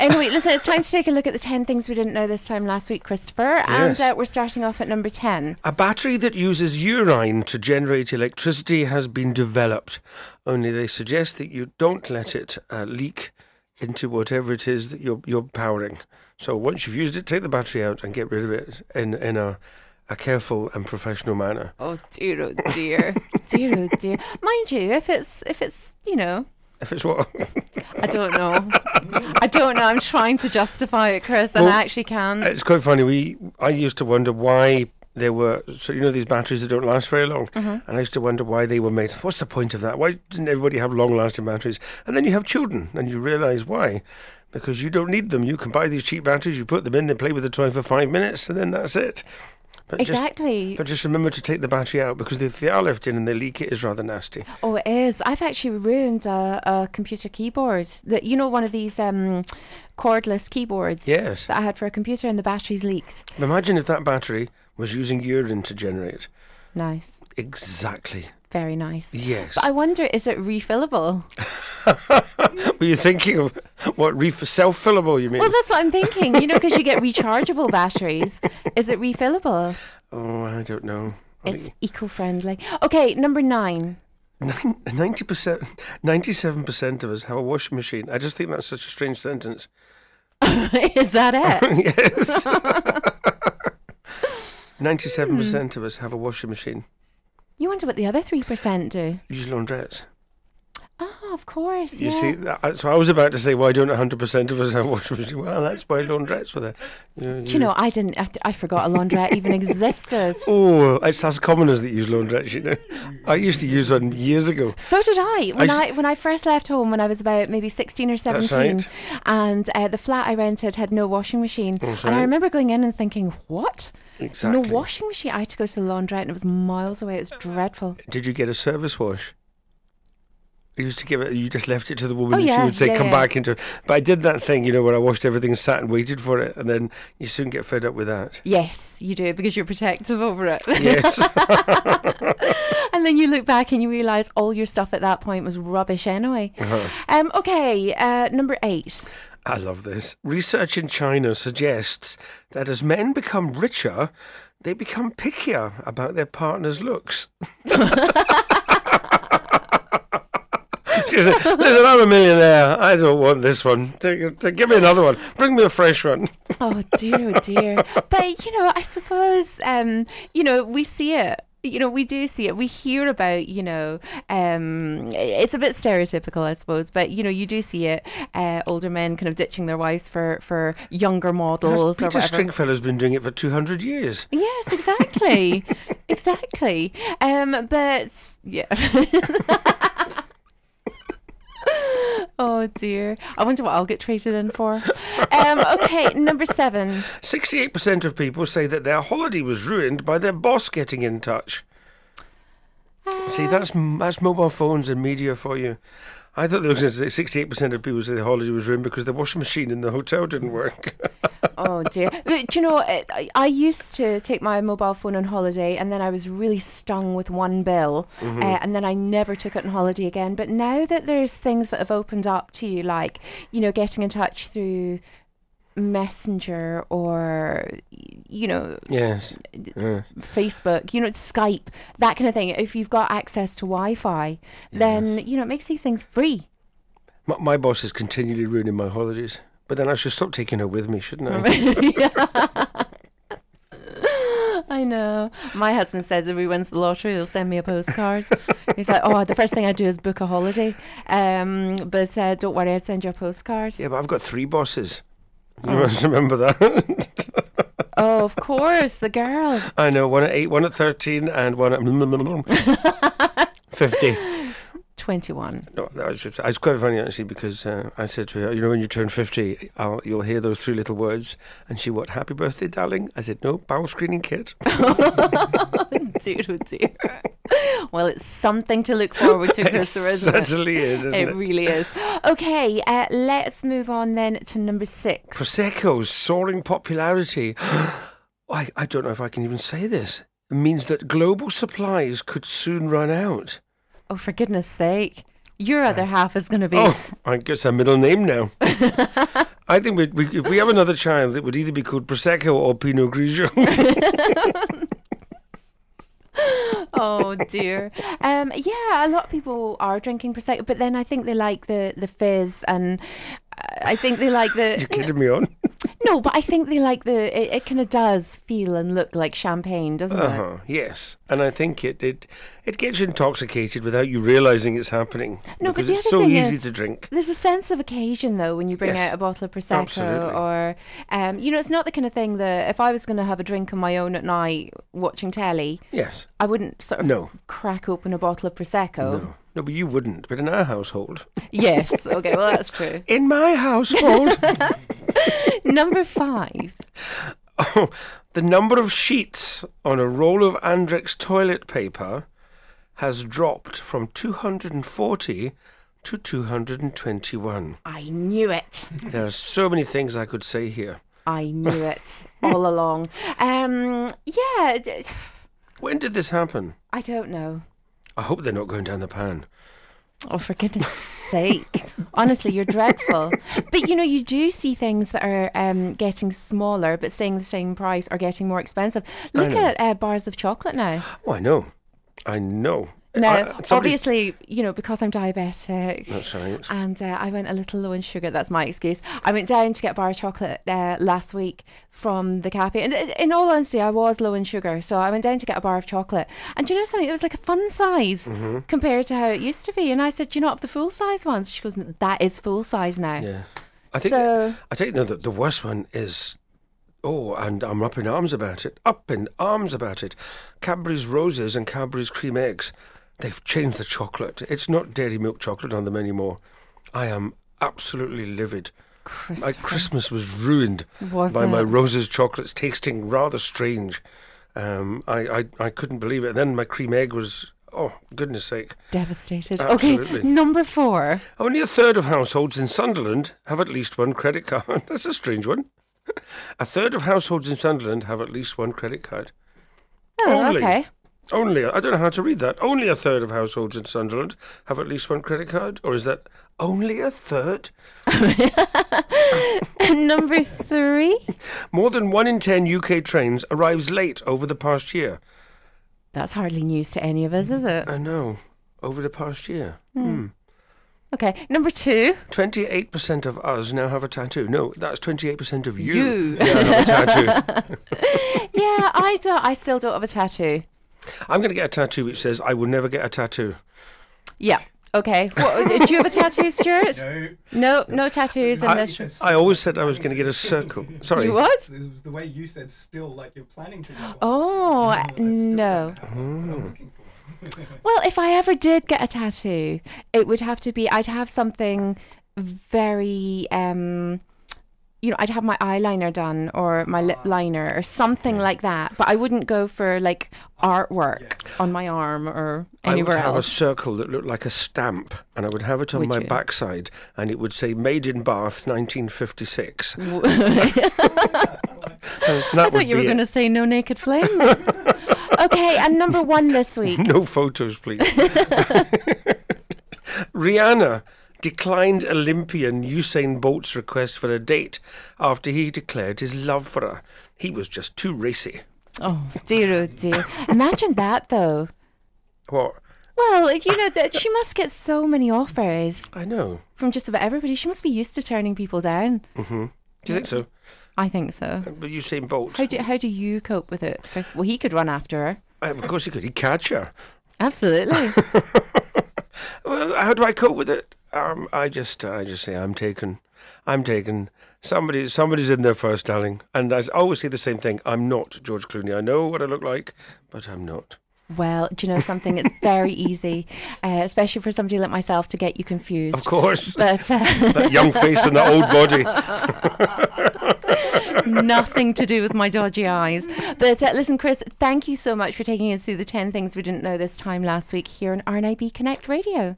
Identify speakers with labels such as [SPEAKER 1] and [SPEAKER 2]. [SPEAKER 1] week. Listen, it's time to take a look at the 10 things we didn't know this time last week, Christopher. And
[SPEAKER 2] Yes.
[SPEAKER 1] uh, we're starting off at number 10.
[SPEAKER 2] A battery that uses urine to generate electricity has been developed, only they suggest that you don't let it uh, leak into whatever it is that you're, you're powering. So once you've used it, take the battery out and get rid of it in, in a, a careful and professional manner.
[SPEAKER 1] Oh, dear, oh, dear. dear, oh, dear. Mind you, if it's, if it's, you know,
[SPEAKER 2] If it's what.
[SPEAKER 1] I don't know. I don't know. I'm trying to justify it, Chris, and
[SPEAKER 2] Well,
[SPEAKER 1] I actually can't.
[SPEAKER 2] It's quite funny. We I used to wonder why there were so you know these batteries that don't last very long, and I used to wonder why they were made. What's the point of that? Why didn't everybody have long-lasting batteries? And then you have children, and you realise why, because you don't need them. You can buy these cheap batteries. You put them in, they play with the toy for five minutes, and then that's it. But Just,
[SPEAKER 1] Exactly.
[SPEAKER 2] but just remember to take the battery out because if they are left in and they leak, it is rather nasty.
[SPEAKER 1] Oh, it is. I've actually ruined a, a computer keyboard. That you know, one of these um, cordless keyboards.
[SPEAKER 2] Yes.
[SPEAKER 1] That I had for a computer, and the batteries leaked.
[SPEAKER 2] Imagine if that battery was using urine to generate.
[SPEAKER 1] Nice.
[SPEAKER 2] Exactly.
[SPEAKER 1] Very nice.
[SPEAKER 2] Yes.
[SPEAKER 1] But I wonder, is it refillable?
[SPEAKER 2] Were you thinking of what ref- self-fillable? You mean?
[SPEAKER 1] Well, that's what I'm thinking. You know, because you get rechargeable batteries. Is it refillable?
[SPEAKER 2] Oh, I don't know.
[SPEAKER 1] It's eco-friendly. Okay, number nine.
[SPEAKER 2] Ninety percent, ninety-seven percent of us have a washing machine. I just think that's such a strange sentence.
[SPEAKER 1] is that it?
[SPEAKER 2] yes. Ninety-seven percent of us have a washing machine.
[SPEAKER 1] You wonder what the other three percent do?
[SPEAKER 2] Use laundrettes.
[SPEAKER 1] Oh, of course.
[SPEAKER 2] You
[SPEAKER 1] yeah.
[SPEAKER 2] see, that- so I was about to say, why don't hundred percent of us have a washing machine? Well, that's why laundrettes were there. You know,
[SPEAKER 1] Do you know, I didn't. I, I forgot a laundrette even existed.
[SPEAKER 2] Oh, it's us commoners that use laundrettes. You know, I used to use one years ago.
[SPEAKER 1] So did I when I,
[SPEAKER 2] s-
[SPEAKER 1] when I first left home when I was about maybe sixteen or
[SPEAKER 2] That's
[SPEAKER 1] seventeen,
[SPEAKER 2] right.
[SPEAKER 1] and uh, the flat I rented had no washing machine,
[SPEAKER 2] That's
[SPEAKER 1] and I
[SPEAKER 2] right.
[SPEAKER 1] remember going in and thinking, "What?
[SPEAKER 2] Exactly.
[SPEAKER 1] No washing machine? I had to go to the laundrette, and it was miles away. It was dreadful."
[SPEAKER 2] Did you get a service wash? You used to give it. You just left it to the woman.
[SPEAKER 1] Oh,
[SPEAKER 2] and
[SPEAKER 1] yeah,
[SPEAKER 2] she would say,
[SPEAKER 1] yeah,
[SPEAKER 2] "Come
[SPEAKER 1] yeah.
[SPEAKER 2] back into." But I did that thing, you know, where I washed everything, and sat and waited for it, and then you soon get fed up with that.
[SPEAKER 1] Yes, you do because you're protective over it,
[SPEAKER 2] Yes,
[SPEAKER 1] and then you look back and you realise all your stuff at that point was rubbish anyway. Um, okay, uh, number eight.
[SPEAKER 2] I love this. Research in China suggests that as men become richer, they become pickier about their partner's looks. She said, Listen, I'm a millionaire. I don't want this one. Take, take, give me another one. Bring me a fresh one.
[SPEAKER 1] Oh dear, oh dear. But you know, I suppose um, you know we see it. You know, we do see it. We hear about, you know, um, it's a bit stereotypical, I suppose, but you know, you do see it. Uh, older men kind of ditching their wives for for younger models or
[SPEAKER 2] Peter
[SPEAKER 1] whatever.
[SPEAKER 2] Stringfellow's been doing it for 200 years.
[SPEAKER 1] Yes, exactly, exactly. Um, but yeah. oh dear, I wonder what I'll get traded in for. Um, okay, number seven.
[SPEAKER 2] 68% of people say that their holiday was ruined by their boss getting in touch.
[SPEAKER 1] Ah.
[SPEAKER 2] See, that's that's mobile phones and media for you. I thought there was going to say 68% of people say their holiday was ruined because the washing machine in the hotel didn't work.
[SPEAKER 1] Oh dear. Uh, Do you know, uh, I, I used to take my mobile phone on holiday and then I was really stung with one bill uh, and then I never took it on holiday again. But now that there's things that have opened up to you, like, you know, getting in touch through Messenger or, y- you know,
[SPEAKER 2] yes. Yeah.
[SPEAKER 1] Facebook, you know, Skype, that kind of thing, if you've got access to Wi Fi, then, you know, it makes these things free.
[SPEAKER 2] My, my boss is continually ruining my holidays. But then I should stop taking her with me, shouldn't I?
[SPEAKER 1] I know. My husband says if he wins the lottery, he'll send me a postcard. He's like, oh, the first thing I do is book a holiday. Um, but uh, don't worry, I'd send you a postcard.
[SPEAKER 2] yeah, but I've got three bosses. You must remember that.
[SPEAKER 1] Oh, of course, the girls.
[SPEAKER 2] I know, one at 8, one at 13, and one at 50.
[SPEAKER 1] 21.
[SPEAKER 2] No, no, it's, just, it's quite funny actually because uh, I said to her, you know, when you turn 50, I'll, you'll hear those three little words. And she, what, happy birthday, darling? I said, no, bowel screening kit.
[SPEAKER 1] dear, oh dear. Well, it's something to look forward to,
[SPEAKER 2] it
[SPEAKER 1] Christopher, isn't it?
[SPEAKER 2] certainly is, isn't
[SPEAKER 1] It
[SPEAKER 2] it?
[SPEAKER 1] really is. Okay, uh, let's move on then to number six.
[SPEAKER 2] Prosecco's soaring popularity. I, I don't know if I can even say this. It means that global supplies could soon run out.
[SPEAKER 1] Oh, for goodness sake. Your other half is going to be.
[SPEAKER 2] Oh, I guess a middle name now. I think we, we, if we have another child, it would either be called Prosecco or Pinot Grigio.
[SPEAKER 1] oh dear. Um, yeah, a lot of people are drinking prosecco, but then I think they like the the fizz, and uh, I think they like
[SPEAKER 2] You're
[SPEAKER 1] the
[SPEAKER 2] kidding me on.
[SPEAKER 1] no, but I think they like the it, it kind of does feel and look like champagne, doesn't
[SPEAKER 2] Uh
[SPEAKER 1] it?
[SPEAKER 2] huh. Yes, and I think it, it it gets you intoxicated without you realizing it's happening.
[SPEAKER 1] No, but
[SPEAKER 2] because
[SPEAKER 1] the
[SPEAKER 2] it's
[SPEAKER 1] other
[SPEAKER 2] so
[SPEAKER 1] thing
[SPEAKER 2] easy
[SPEAKER 1] is-
[SPEAKER 2] to drink.
[SPEAKER 1] There's a sense of occasion though when you bring
[SPEAKER 2] Yes.
[SPEAKER 1] out a bottle of prosecco,
[SPEAKER 2] Absolutely.
[SPEAKER 1] or um, you know, it's not the kind of thing that if I was going to have a drink on my own at night watching telly,
[SPEAKER 2] Yes.
[SPEAKER 1] I wouldn't sort of
[SPEAKER 2] No.
[SPEAKER 1] crack open a bottle of prosecco.
[SPEAKER 2] No. No, but you wouldn't. But in our household,
[SPEAKER 1] Yes, okay, well that's true.
[SPEAKER 2] in my household,
[SPEAKER 1] Number five.
[SPEAKER 2] oh, the number of sheets on a roll of Andrex toilet paper has dropped from 240 to 221.
[SPEAKER 1] I knew it.
[SPEAKER 2] There are so many things I could say here.
[SPEAKER 1] I knew it all along. Um, yeah, d-
[SPEAKER 2] When did this happen?
[SPEAKER 1] I don't know.
[SPEAKER 2] I hope they're not going down the pan.
[SPEAKER 1] Oh, for goodness sake. Honestly, you're dreadful. But you know, you do see things that are um, getting smaller but staying the same price or getting more expensive. Look
[SPEAKER 2] know.
[SPEAKER 1] at uh, bars of chocolate now.
[SPEAKER 2] Oh, I know. I know.
[SPEAKER 1] Now,
[SPEAKER 2] I- Uh, somebody-
[SPEAKER 1] obviously, you know, because I'm diabetic.
[SPEAKER 2] That's right.
[SPEAKER 1] And uh, I went a little low in sugar. That's my excuse. I went down to get a bar of chocolate uh, last week from the cafe. And i- in all honesty, I was low in sugar. So I went down to get a bar of chocolate. And do you know something? It was like a fun size
[SPEAKER 2] Mm-hmm.
[SPEAKER 1] compared to how it used to be. And I said, do you not have the full size ones? She goes, that is full size now.
[SPEAKER 2] Yeah. I think
[SPEAKER 1] So-
[SPEAKER 2] I think no, the, the worst one is oh, and I'm up in arms about it. Up in arms about it. Cadbury's roses and Cadbury's cream eggs. They've changed the chocolate. It's not dairy milk chocolate on them anymore. I am absolutely livid. My
[SPEAKER 1] Christ-
[SPEAKER 2] Christmas was ruined
[SPEAKER 1] Was
[SPEAKER 2] by my
[SPEAKER 1] it?
[SPEAKER 2] roses chocolates tasting rather strange. Um, I, I, I couldn't believe it. And then my cream egg was, oh, goodness sake.
[SPEAKER 1] Devastated.
[SPEAKER 2] Absolutely.
[SPEAKER 1] Okay, number four.
[SPEAKER 2] Only a third of households in Sunderland have at least one credit card. That's a strange one. A third of households in Sunderland have at least one credit card.
[SPEAKER 1] Oh,
[SPEAKER 2] Only.
[SPEAKER 1] okay.
[SPEAKER 2] Only, I don't know how to read that. Only a third of households in Sunderland have at least one credit card? Or is that only a third?
[SPEAKER 1] number three.
[SPEAKER 2] More than one in ten UK trains arrives late over the past year.
[SPEAKER 1] That's hardly news to any of us, is it?
[SPEAKER 2] I know. Over the past year.
[SPEAKER 1] Okay, number two.
[SPEAKER 2] 28% of us now have a tattoo. No, that's 28% of you.
[SPEAKER 1] You.
[SPEAKER 2] now have a tattoo.
[SPEAKER 1] Yeah, I don't. I still don't have a tattoo.
[SPEAKER 2] I'm going to get a tattoo which says, I will never get a tattoo.
[SPEAKER 1] Yeah. Okay. What, do you have a tattoo, Stuart?
[SPEAKER 3] No,
[SPEAKER 1] No, no tattoos in
[SPEAKER 2] I-
[SPEAKER 1] this.
[SPEAKER 3] Yes.
[SPEAKER 2] I always said I was going to get a circle. Sorry.
[SPEAKER 1] You what?
[SPEAKER 3] it was the way you said still, like you're planning to go.
[SPEAKER 1] Oh
[SPEAKER 3] I still don't
[SPEAKER 1] no.
[SPEAKER 3] have one, but I'm looking for one.
[SPEAKER 1] Well, if I ever did get a tattoo, it would have to be. I'd have something very. um you know, I'd have my eyeliner done or my lip
[SPEAKER 2] Ah.
[SPEAKER 1] liner or something like that, but I wouldn't go for like artwork on my arm or
[SPEAKER 2] I would
[SPEAKER 1] anywhere
[SPEAKER 2] have a
[SPEAKER 1] else.
[SPEAKER 2] circle that looked like a stamp, and I would have it on
[SPEAKER 1] Would
[SPEAKER 2] my
[SPEAKER 1] you?
[SPEAKER 2] backside, and it would say "Made in Bath, 1956." And that
[SPEAKER 1] I thought
[SPEAKER 2] would
[SPEAKER 1] you were
[SPEAKER 2] be
[SPEAKER 1] going
[SPEAKER 2] it.
[SPEAKER 1] to say no naked flames. okay, and number one this week.
[SPEAKER 2] No photos, please. Rihanna declined Olympian Usain Bolt's request for a date after he declared his love for her. He was just too racy.
[SPEAKER 1] Oh dear, oh dear. Imagine that though.
[SPEAKER 2] What?
[SPEAKER 1] Well, you know that she must get so many offers
[SPEAKER 2] I know.
[SPEAKER 1] from just about everybody. She must be used to turning people down.
[SPEAKER 2] Do you think so?
[SPEAKER 1] I think so.
[SPEAKER 2] But Usain Bolt.
[SPEAKER 1] How do how do you cope with it? For- Well, he could run after her.
[SPEAKER 2] Uh, of course he could. He'd catch her.
[SPEAKER 1] Absolutely.
[SPEAKER 2] Well, how do I cope with it? Um, I just, I just say I'm taken. I'm taken. Somebody, somebody's in there first, darling. And I s- always say the same thing. I'm not George Clooney. I know what I look like, but I'm not.
[SPEAKER 1] well, do you know something? It's very easy, uh, especially for somebody like myself, to get you
[SPEAKER 2] Of
[SPEAKER 1] confused.
[SPEAKER 2] course,
[SPEAKER 1] But uh,
[SPEAKER 2] that young face and that old body.
[SPEAKER 1] nothing to do with my dodgy eyes. But uh, listen, Chris, thank you so much for taking us through the 10 things we didn't know this time last week here on RNIB Connect Radio.